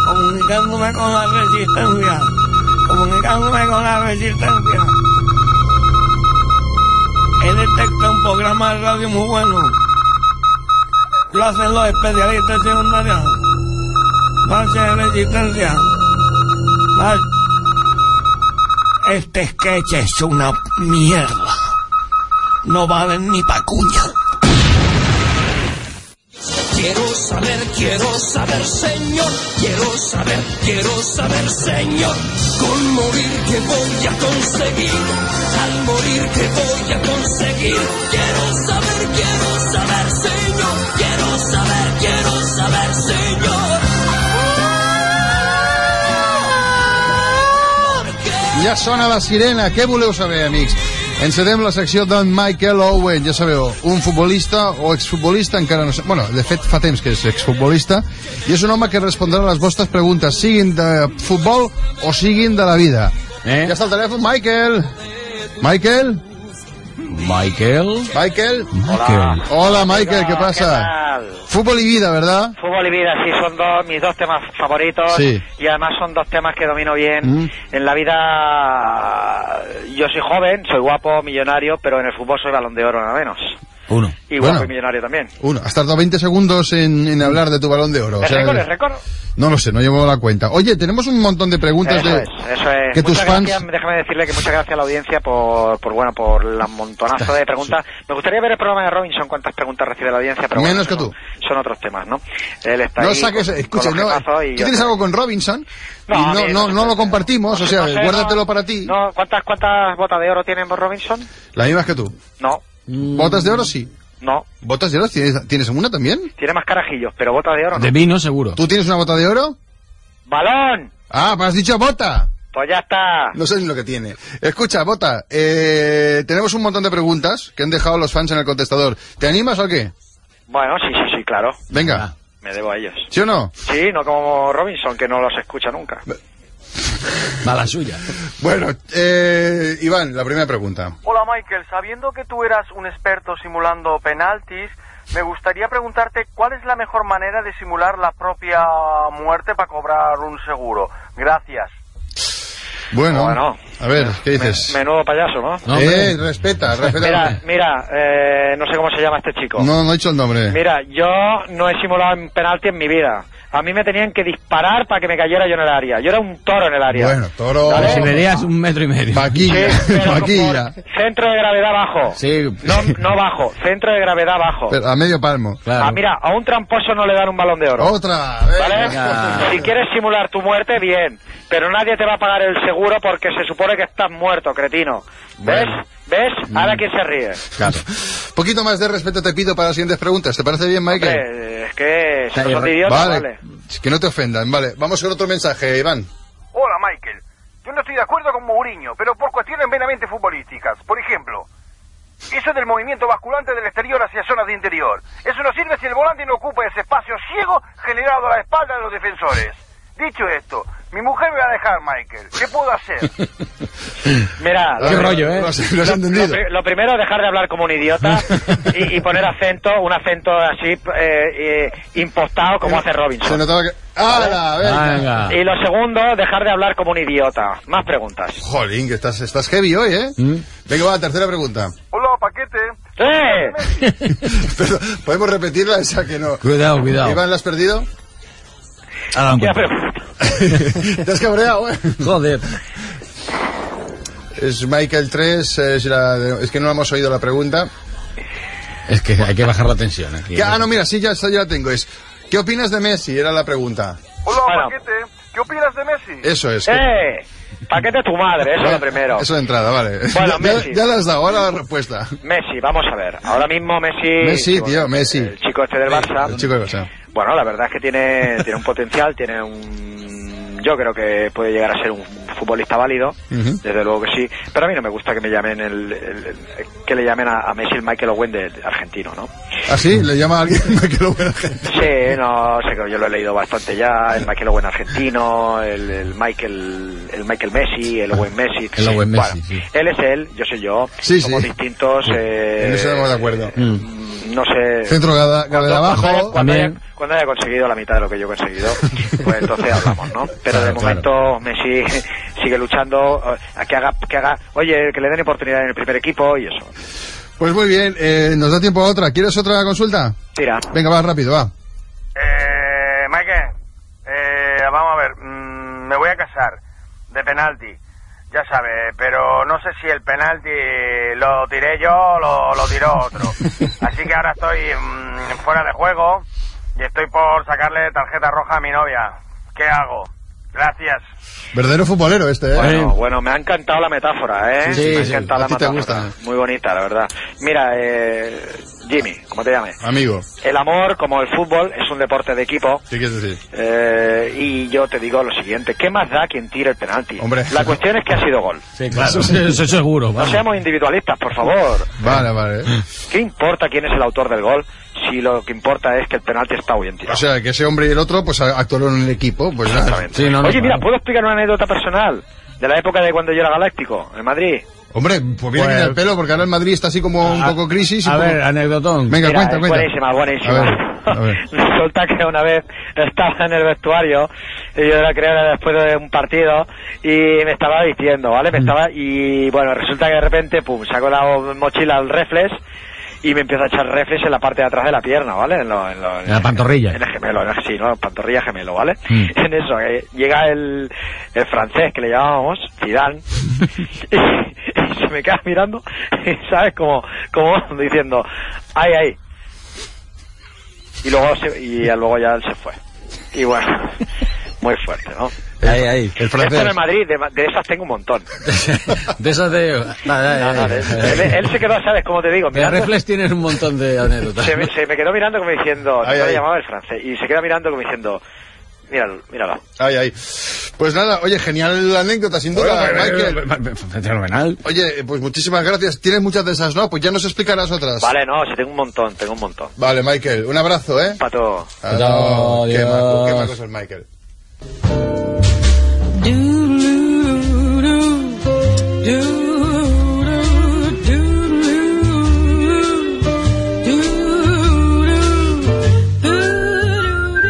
[SPEAKER 3] comunicándome con la resistencia. comunicándome con la resistencia. Él detecta un programa de radio muy bueno. Lo hacen los especialistas en secundaria. Marcha de resistencia. Mar- Este sketch es una mierda. No valen ni pacuña.
[SPEAKER 7] Quiero saber, quiero saber, señor. Quiero saber, quiero saber, señor. Con morir que voy a conseguir. Al morir que voy a conseguir. Quiero saber, quiero saber, señor. Quiero saber, quiero saber, señor.
[SPEAKER 6] Ja sona la sirena. Què voleu saber, amics? Encedem la secció d'en Michael Owen. Ja sabeu, un futbolista o exfutbolista, encara no sé... Bueno, de fet, fa temps que és exfutbolista. I és un home que respondrà a les vostres preguntes, siguin de futbol o siguin de la vida. Eh? Ja està al telèfon, Michael. Michael? Michael? Michael?
[SPEAKER 8] Hola.
[SPEAKER 6] Hola, Michael, què
[SPEAKER 8] Hola,
[SPEAKER 6] passa?
[SPEAKER 8] Ah, ¿qué tal?
[SPEAKER 6] Futbol i vida, ¿verdad?
[SPEAKER 8] Fútbol y vida, sí, son dos, mis dos temas favoritos.
[SPEAKER 6] Sí.
[SPEAKER 8] Y además son dos temas que domino bien.
[SPEAKER 6] Mm.
[SPEAKER 8] En la vida, yo soy joven, soy guapo, millonario, pero en el fútbol soy balón de oro, nada menos.
[SPEAKER 6] Uno.
[SPEAKER 8] Y guapo
[SPEAKER 6] Bueno,
[SPEAKER 8] y millonario también.
[SPEAKER 6] uno. Has tardado 20 segundos en, en hablar de tu balón de oro. o
[SPEAKER 8] ¿Es
[SPEAKER 6] sea
[SPEAKER 8] récord?
[SPEAKER 6] que-
[SPEAKER 8] ¿Es récord?
[SPEAKER 6] No lo sé, no llevo la cuenta. Oye, tenemos un montón de preguntas
[SPEAKER 8] Eso
[SPEAKER 6] de...
[SPEAKER 8] es, eso es.
[SPEAKER 6] que
[SPEAKER 8] Muchas
[SPEAKER 6] tus fans-
[SPEAKER 8] gracias, déjame decirle que muchas gracias a la audiencia por, por bueno, por la montonazo de preguntas. Me gustaría ver el programa de Robinson, cuántas preguntas recibe la audiencia, pero bueno,
[SPEAKER 6] Menos que
[SPEAKER 8] son, son otros temas, ¿no? Él está
[SPEAKER 6] No
[SPEAKER 8] ahí
[SPEAKER 6] saques...
[SPEAKER 8] con-
[SPEAKER 6] Escucha,
[SPEAKER 8] con los
[SPEAKER 6] no,
[SPEAKER 8] jefazos y
[SPEAKER 6] tú
[SPEAKER 8] yo
[SPEAKER 6] tienes
[SPEAKER 8] sé-
[SPEAKER 6] algo con Robinson
[SPEAKER 8] No,
[SPEAKER 6] y
[SPEAKER 8] a
[SPEAKER 6] no,
[SPEAKER 8] mí
[SPEAKER 6] no, no lo compartimos, o sea,
[SPEAKER 8] no sé,
[SPEAKER 6] guárdatelo
[SPEAKER 8] no-
[SPEAKER 6] para ti.
[SPEAKER 8] No, ¿cuántas, ¿cuántas botas de oro tiene Bob Robinson?
[SPEAKER 6] La misma que tú.
[SPEAKER 8] No,
[SPEAKER 6] ¿Botas de oro sí?
[SPEAKER 8] No.
[SPEAKER 6] ¿Botas de oro tienes, tienes una también?
[SPEAKER 8] tiene más carajillos, pero botas de oro no.
[SPEAKER 6] vino, seguro. ¿Tú tienes una bota de oro?
[SPEAKER 8] ¡Balón!
[SPEAKER 6] Ah, me has dicho bota.
[SPEAKER 8] Pues ya está.
[SPEAKER 6] No sé ni lo que tiene. Escucha, Bota, eh, tenemos un montón de preguntas que han dejado los fans en el contestador. ¿Te animas o qué?
[SPEAKER 8] Bueno, sí, sí, sí, claro.
[SPEAKER 6] Venga.
[SPEAKER 8] Me debo a ellos.
[SPEAKER 6] ¿Sí o no?
[SPEAKER 8] Sí, no como Robinson, que no los escucha nunca.
[SPEAKER 6] Mala suya. Bueno, eh, Iván, la primera pregunta.
[SPEAKER 13] Hola Michael, sabiendo que tú eras un experto simulando penaltis, me gustaría preguntarte cuál es la mejor manera de simular la propia muerte para cobrar un seguro. Gracias.
[SPEAKER 6] Bueno, a ver, ¿qué dices?
[SPEAKER 8] Menudo payaso, ¿no?
[SPEAKER 6] No, hombre. Eh, respeta, respeta.
[SPEAKER 8] Mira, mira, eh, no sé cómo se llama este chico.
[SPEAKER 6] No, no he dicho el nombre.
[SPEAKER 8] Mira, yo no he simulado en penalti en mi vida. A mí me tenían que disparar para que me cayera yo en el área. Yo era un toro en el área.
[SPEAKER 4] Bueno,
[SPEAKER 6] toro.
[SPEAKER 4] Pero si medías un metro y medio.
[SPEAKER 6] Vaquilla, vaquilla.
[SPEAKER 8] Centro de gravedad bajo. No, no bajo, centro de gravedad bajo.
[SPEAKER 6] Pero a medio palmo.
[SPEAKER 8] Ah, mira, a un tramposo no le dan un balón de oro.
[SPEAKER 6] Otra.
[SPEAKER 8] ¿Vale?
[SPEAKER 6] Oh, venga.
[SPEAKER 8] Si quieres simular tu muerte, bien. Pero nadie te va a pagar el seguro porque se supone que estás muerto, cretino. ¿Ves?
[SPEAKER 6] Bueno. Mm.
[SPEAKER 8] ¿Ves? Ahora quién se ríe.
[SPEAKER 6] Claro. Poquito más de respeto te pido para las siguientes preguntas. ¿Te parece bien, Michael?
[SPEAKER 8] Hombre, es que si no son de idiotas,
[SPEAKER 6] vale.
[SPEAKER 8] vale.
[SPEAKER 6] Que no te ofendan, vale. Vamos con otro mensaje, Iván.
[SPEAKER 13] Hola Michael, yo no estoy de acuerdo con Mourinho, pero por cuestiones meramente futbolísticas. Por ejemplo, eso del movimiento basculante del exterior hacia zonas de interior. Eso no sirve si el volante no ocupa ese espacio ciego generado a la espalda de los defensores. Dicho esto, mi mujer me va a dejar, Michael. ¿Qué puedo hacer?
[SPEAKER 8] Mira,
[SPEAKER 13] Qué
[SPEAKER 8] pri-
[SPEAKER 13] rollo, ¿eh? Lo has- lo has entendido.
[SPEAKER 8] pri- lo primero es dejar de hablar como un idiota y, y poner acento, un acento así eh, eh, impostado como hace Robinson.
[SPEAKER 6] Se notaba que... ¡Hala, venga!
[SPEAKER 8] Y lo segundo, dejar de hablar como un idiota. Más preguntas.
[SPEAKER 6] Jolín, que estás, estás heavy hoy, ¿eh? Venga, va, tercera pregunta.
[SPEAKER 13] Hola, paquete.
[SPEAKER 8] ¡Eh!
[SPEAKER 6] Perdón, ¿Podemos repetirla? Esa que no.
[SPEAKER 4] Cuidado, cuidado.
[SPEAKER 6] Iván, ¿la has perdido?
[SPEAKER 4] Ah,
[SPEAKER 6] Ya,
[SPEAKER 4] pero...
[SPEAKER 6] Te has cabreado, ¿eh?
[SPEAKER 4] Joder.
[SPEAKER 6] Es Michael 3, es, la de- es que no hemos oído la pregunta.
[SPEAKER 4] Es que hay que bajar la tensión aquí. ¿eh?
[SPEAKER 6] Que- ah, no, mira, sí, ya, esta ya la tengo. Es, ¿qué opinas de Messi? Era la pregunta.
[SPEAKER 13] Hola, paquete. ¿Qué opinas de Messi?
[SPEAKER 6] Eso es.
[SPEAKER 8] ¡Eh! Paquete tu madre, eso es lo primero.
[SPEAKER 6] Eh, Eso de entrada, vale.
[SPEAKER 8] Bueno,
[SPEAKER 6] ya, ya-
[SPEAKER 8] Messi.
[SPEAKER 6] ya la has dado, ahora la respuesta.
[SPEAKER 8] Messi, vamos a ver. Ahora mismo Messi...
[SPEAKER 6] Messi,
[SPEAKER 8] bueno,
[SPEAKER 6] tío, Messi.
[SPEAKER 8] El chico este del Barça.
[SPEAKER 6] El chico de Barça.
[SPEAKER 8] Bueno, la verdad es que tiene, tiene un potencial, tiene un... Yo creo que puede llegar a ser un futbolista válido,
[SPEAKER 6] Ujú.
[SPEAKER 8] desde luego que sí. Pero a mí no me gusta que me llamen el, el- el- que le llamen a, a Messi el Michael Owen del argentino, ¿no?
[SPEAKER 6] ¿Ah, sí? ¿Le llama a alguien Michael Owen?
[SPEAKER 8] Sí, no, sé que yo lo he leído bastante ya, el Michael Owen argentino, el, el Michael el Michael Messi, el Owen Messi.
[SPEAKER 4] El Owen Messi,
[SPEAKER 8] Bueno, él es él, yo soy yo,
[SPEAKER 6] Sí,
[SPEAKER 8] somos
[SPEAKER 6] sí.
[SPEAKER 8] distintos. eh, mm.
[SPEAKER 6] En eso estamos de acuerdo.
[SPEAKER 8] no sé.
[SPEAKER 6] Centro Gada- Gravedad
[SPEAKER 8] Cuando-
[SPEAKER 6] Abajo.
[SPEAKER 8] cuando haya- Cuando haya,
[SPEAKER 6] También.
[SPEAKER 8] cuando haya conseguido la mitad de lo que yo he conseguido, pues entonces hablamos, ¿no? Pero de
[SPEAKER 6] Claro,
[SPEAKER 8] momento Messi sigue luchando, eh, a que haga, que haga, oye, que le den oportunidad en el primer equipo y eso.
[SPEAKER 6] Pues muy bien, eh, nos da tiempo a otra. ¿Quieres otra consulta?
[SPEAKER 8] Tira.
[SPEAKER 6] Venga, va, rápido, va.
[SPEAKER 13] Eh, Michael, eh, vamos a ver, mm, me voy a casar de penalti, ya sabes, pero no sé si el penalti lo tiré yo o lo, lo tiró otro. Así que ahora estoy mm, fuera de juego y estoy por sacarle tarjeta roja a mi novia. ¿Qué hago? Gracias.
[SPEAKER 6] Verdadero futbolero este, ¿eh?
[SPEAKER 8] Bueno, bueno, me ha encantado la metáfora, ¿eh?
[SPEAKER 6] Sí, sí,
[SPEAKER 8] me ha
[SPEAKER 6] sí.
[SPEAKER 8] encantado
[SPEAKER 6] A
[SPEAKER 8] la
[SPEAKER 6] ti te
[SPEAKER 8] metáfora. Muy bonita, la verdad. Mira, eh, Jimmy, ¿cómo te llames?
[SPEAKER 6] Amigo,
[SPEAKER 8] El amor, como el fútbol, es un deporte de equipo.
[SPEAKER 6] ¿qué quieres decir?
[SPEAKER 8] eh, y yo te digo lo siguiente, ¿qué más da quien tire el penalti?
[SPEAKER 6] Hombre.
[SPEAKER 8] La cuestión es que ha sido gol.
[SPEAKER 4] Sí, claro. Eso, eso seguro.
[SPEAKER 8] No
[SPEAKER 4] vamos.
[SPEAKER 8] seamos individualistas, por favor.
[SPEAKER 6] Vale, vale.
[SPEAKER 8] ¿Qué importa quién es el autor del gol si lo que importa es que el penalti está bien tirado?
[SPEAKER 6] O sea, que ese hombre y el otro pues a- actuaron en el equipo, pues nada.
[SPEAKER 8] Exactamente. Oye, mira, ¿puedo explicar una anécdota personal? De la época de cuando yo era galáctico, en Madrid.
[SPEAKER 6] Hombre, pues viene
[SPEAKER 8] Pues-
[SPEAKER 6] bien el pelo porque ahora el Madrid está así como un poco crisis. y
[SPEAKER 8] a
[SPEAKER 6] poco-
[SPEAKER 8] ver,
[SPEAKER 4] anecdotón.
[SPEAKER 6] Venga,
[SPEAKER 8] Mira,
[SPEAKER 6] cuenta,
[SPEAKER 8] es
[SPEAKER 6] cuenta.
[SPEAKER 8] Buenísima, buenísima.
[SPEAKER 6] A ver, a ver.
[SPEAKER 8] Resulta que una vez estaba en el vestuario, y yo era, creo era después de un partido, y me estaba vistiendo, ¿vale?
[SPEAKER 6] Mm.
[SPEAKER 8] Me estaba, y bueno, resulta que de repente, pum, saco la mochila al reflex, y me empiezo a echar reflex en la parte de atrás de la pierna, ¿vale? En, lo- en lo-
[SPEAKER 4] En la pantorrilla.
[SPEAKER 8] en el gemelo, en el- sí, ¿no? Pantorrilla gemelo, ¿vale? En eso, eh, llega el, el francés que le llamábamos, Zidane, y, y se me queda mirando, y, ¿sabes? Como, como diciendo, ay, ay. Y luego, se- y luego ya él se fue. Y bueno, muy fuerte, ¿no?
[SPEAKER 4] Ahí, ahí. El
[SPEAKER 8] Esto en el
[SPEAKER 4] francés.
[SPEAKER 8] Madrid, de, ma- de esas tengo un montón.
[SPEAKER 4] De esas de... Nada,
[SPEAKER 8] No, no, él, él se quedó, ¿sabes? Como te digo,
[SPEAKER 4] De
[SPEAKER 8] mirando,
[SPEAKER 4] Eh, reflex tienes un montón de anécdotas.
[SPEAKER 8] se, me, se me quedó mirando como diciendo, no
[SPEAKER 6] Ay,
[SPEAKER 8] le
[SPEAKER 6] ay.
[SPEAKER 8] llamaba el francés, y se queda mirando como diciendo, míralo, míralo.
[SPEAKER 6] Ay, ay. Pues nada, oye, genial la anécdota, sin duda,
[SPEAKER 4] Bueno,
[SPEAKER 6] Michael.
[SPEAKER 4] Fenomenal.
[SPEAKER 6] Oye, pues muchísimas gracias. Tienes muchas de esas, ¿no? Pues ya nos explicarás otras.
[SPEAKER 8] Vale, no, si tengo un montón, tengo un montón.
[SPEAKER 6] Vale, Michael, un abrazo, ¿eh?
[SPEAKER 8] Pato.
[SPEAKER 6] Adó, qué
[SPEAKER 8] Adiós.
[SPEAKER 6] maco, qué maco es el Michael.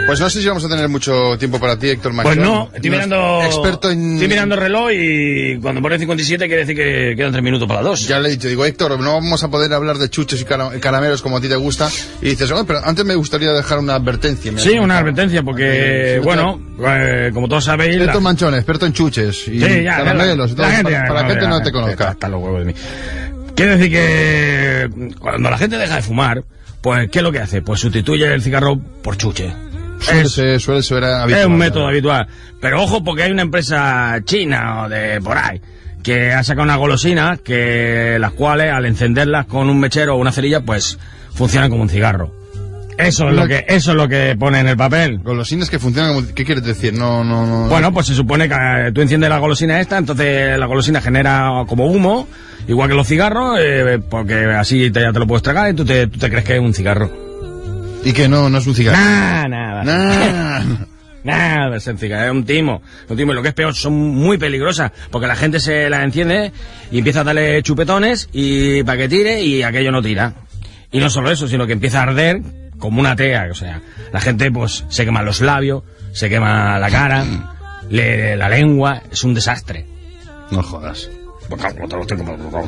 [SPEAKER 6] Pues no sé si vamos a tener mucho tiempo para ti, Héctor Macho.
[SPEAKER 2] Pues no, estoy mirando.
[SPEAKER 6] Experto en.
[SPEAKER 2] Estoy mirando el reloj y cuando pone 57 quiere decir que quedan 3 minutos para las 2.
[SPEAKER 6] Ya le he dicho, digo, Héctor, no vamos a poder hablar de chuches y cara- caramelos como a ti te gusta. Y dices, "Oye, pero antes me gustaría dejar una advertencia. Me
[SPEAKER 2] Sí,
[SPEAKER 6] hace-
[SPEAKER 2] una advertencia, porque,
[SPEAKER 6] Sí,
[SPEAKER 2] bueno, eh, como todos sabéis. la-
[SPEAKER 6] Héctor Manchón, experto en chuches y
[SPEAKER 2] Sí, ya,
[SPEAKER 6] caramelos. y
[SPEAKER 2] la- la
[SPEAKER 6] todo,
[SPEAKER 2] gente-
[SPEAKER 6] para para
[SPEAKER 2] no,
[SPEAKER 6] que gente
[SPEAKER 2] ya,
[SPEAKER 6] no te
[SPEAKER 2] ya,
[SPEAKER 6] conozca.
[SPEAKER 2] Hasta los huevos de mí. Quiere decir que cuando la gente deja de fumar, pues, ¿qué es lo que hace? Pues sustituye el cigarro por chuche.
[SPEAKER 6] Suele ser, suele ser habitual.
[SPEAKER 2] Es un método habitual. Pero ojo, porque hay una empresa china o de por ahí que ha sacado unas golosinas que las cuales al encenderlas con un mechero o una cerilla, pues funcionan como un cigarro. Eso es lo que eso es lo que pone en el papel.
[SPEAKER 6] Golosinas que funcionan como... ¿Qué quieres decir? No, no, no.
[SPEAKER 2] Bueno, pues se supone que eh, tú enciendes la golosina esta, entonces la golosina genera como humo, igual que los cigarros, eh, porque así te- ya te lo puedes tragar y tú te, tú te crees que es un cigarro.
[SPEAKER 6] Y que no, no es un cigarro.
[SPEAKER 2] Nah, nada.
[SPEAKER 6] Nah.
[SPEAKER 2] Nada, es un cigarro, es un timo. Un timo. Y lo que es peor, son muy peligrosas, porque la gente se las enciende y empieza a darle chupetones y para que tire y aquello no tira. Y no solo eso, sino que empieza a arder como una tea. O sea, la gente pues se quema los labios, se quema la cara, le- la lengua, es un desastre.
[SPEAKER 6] No jodas.
[SPEAKER 2] Pues claro, te lo estoy, te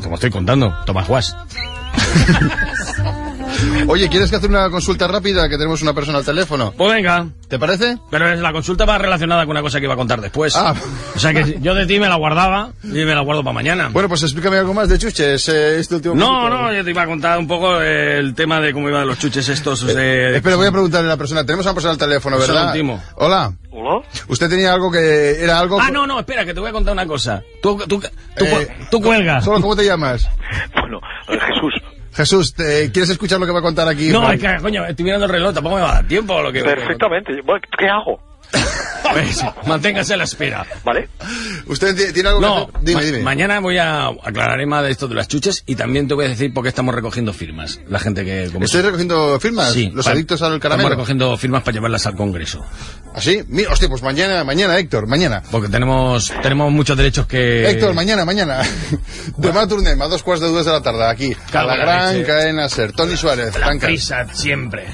[SPEAKER 2] lo estoy contando, Tomás Juas.
[SPEAKER 6] Oye, ¿quieres que hacer una consulta rápida? Que tenemos una persona al teléfono.
[SPEAKER 2] Pues venga.
[SPEAKER 6] ¿Te parece?
[SPEAKER 2] Pero es- la consulta va relacionada con una cosa que iba a contar después.
[SPEAKER 6] Ah.
[SPEAKER 2] O sea que yo de ti me la guardaba y me la guardo para mañana.
[SPEAKER 6] Bueno, pues explícame algo más de chuches eh, este último
[SPEAKER 2] No,
[SPEAKER 6] minuto.
[SPEAKER 2] no, yo te iba a contar un poco eh, el tema de cómo iban los chuches estos.
[SPEAKER 6] Eh,
[SPEAKER 2] de-
[SPEAKER 6] espera, voy a preguntarle a la persona. Tenemos a una persona al teléfono,
[SPEAKER 2] Solo pues,
[SPEAKER 6] ¿verdad?
[SPEAKER 2] un timo.
[SPEAKER 6] Hola.
[SPEAKER 8] Hola.
[SPEAKER 6] Usted tenía algo que era algo...
[SPEAKER 2] Ah, no, no, espera, que te voy a contar una cosa. Tú, tú, tú,
[SPEAKER 6] Eh,
[SPEAKER 2] cu- tú cuelgas.
[SPEAKER 6] Solo, ¿cómo te llamas?
[SPEAKER 8] Bueno, Jesús.
[SPEAKER 6] Jesús, ¿te- ¿quieres escuchar lo que va a contar aquí?
[SPEAKER 2] No,
[SPEAKER 6] Juan?
[SPEAKER 2] es que, coño, estoy mirando el reloj, tampoco me va a dar tiempo lo que...
[SPEAKER 8] Perfectamente. Bueno, ¿Qué hago?
[SPEAKER 2] Pues, manténgase a la espera.
[SPEAKER 6] ¿Vale? ¿Usted ti- tiene algo
[SPEAKER 2] No,
[SPEAKER 6] que hacer? Dime,
[SPEAKER 2] ma-
[SPEAKER 6] dime.
[SPEAKER 2] mañana voy a aclararé más de esto de las chuches y también te voy a decir por qué estamos recogiendo firmas. La gente que... como
[SPEAKER 6] ¿Estoy
[SPEAKER 2] son.
[SPEAKER 6] recogiendo ¿Este firmas?
[SPEAKER 2] Sí,
[SPEAKER 6] ¿Los
[SPEAKER 2] pa-
[SPEAKER 6] adictos al caramelo?
[SPEAKER 2] Estamos recogiendo firmas para llevarlas al Congreso.
[SPEAKER 6] ¿Así? Mira, hostia, pues mañana, mañana, Héctor, mañana.
[SPEAKER 2] Porque tenemos tenemos muchos derechos que...
[SPEAKER 6] Héctor, mañana, mañana. Demà tornem a dos quarts de dues de la tarda, aquí, a
[SPEAKER 2] Cago
[SPEAKER 6] la
[SPEAKER 2] en la
[SPEAKER 6] gran
[SPEAKER 2] leche.
[SPEAKER 6] cadena SER. Toni Suárez,
[SPEAKER 2] La
[SPEAKER 6] tanca.
[SPEAKER 2] prisa siempre.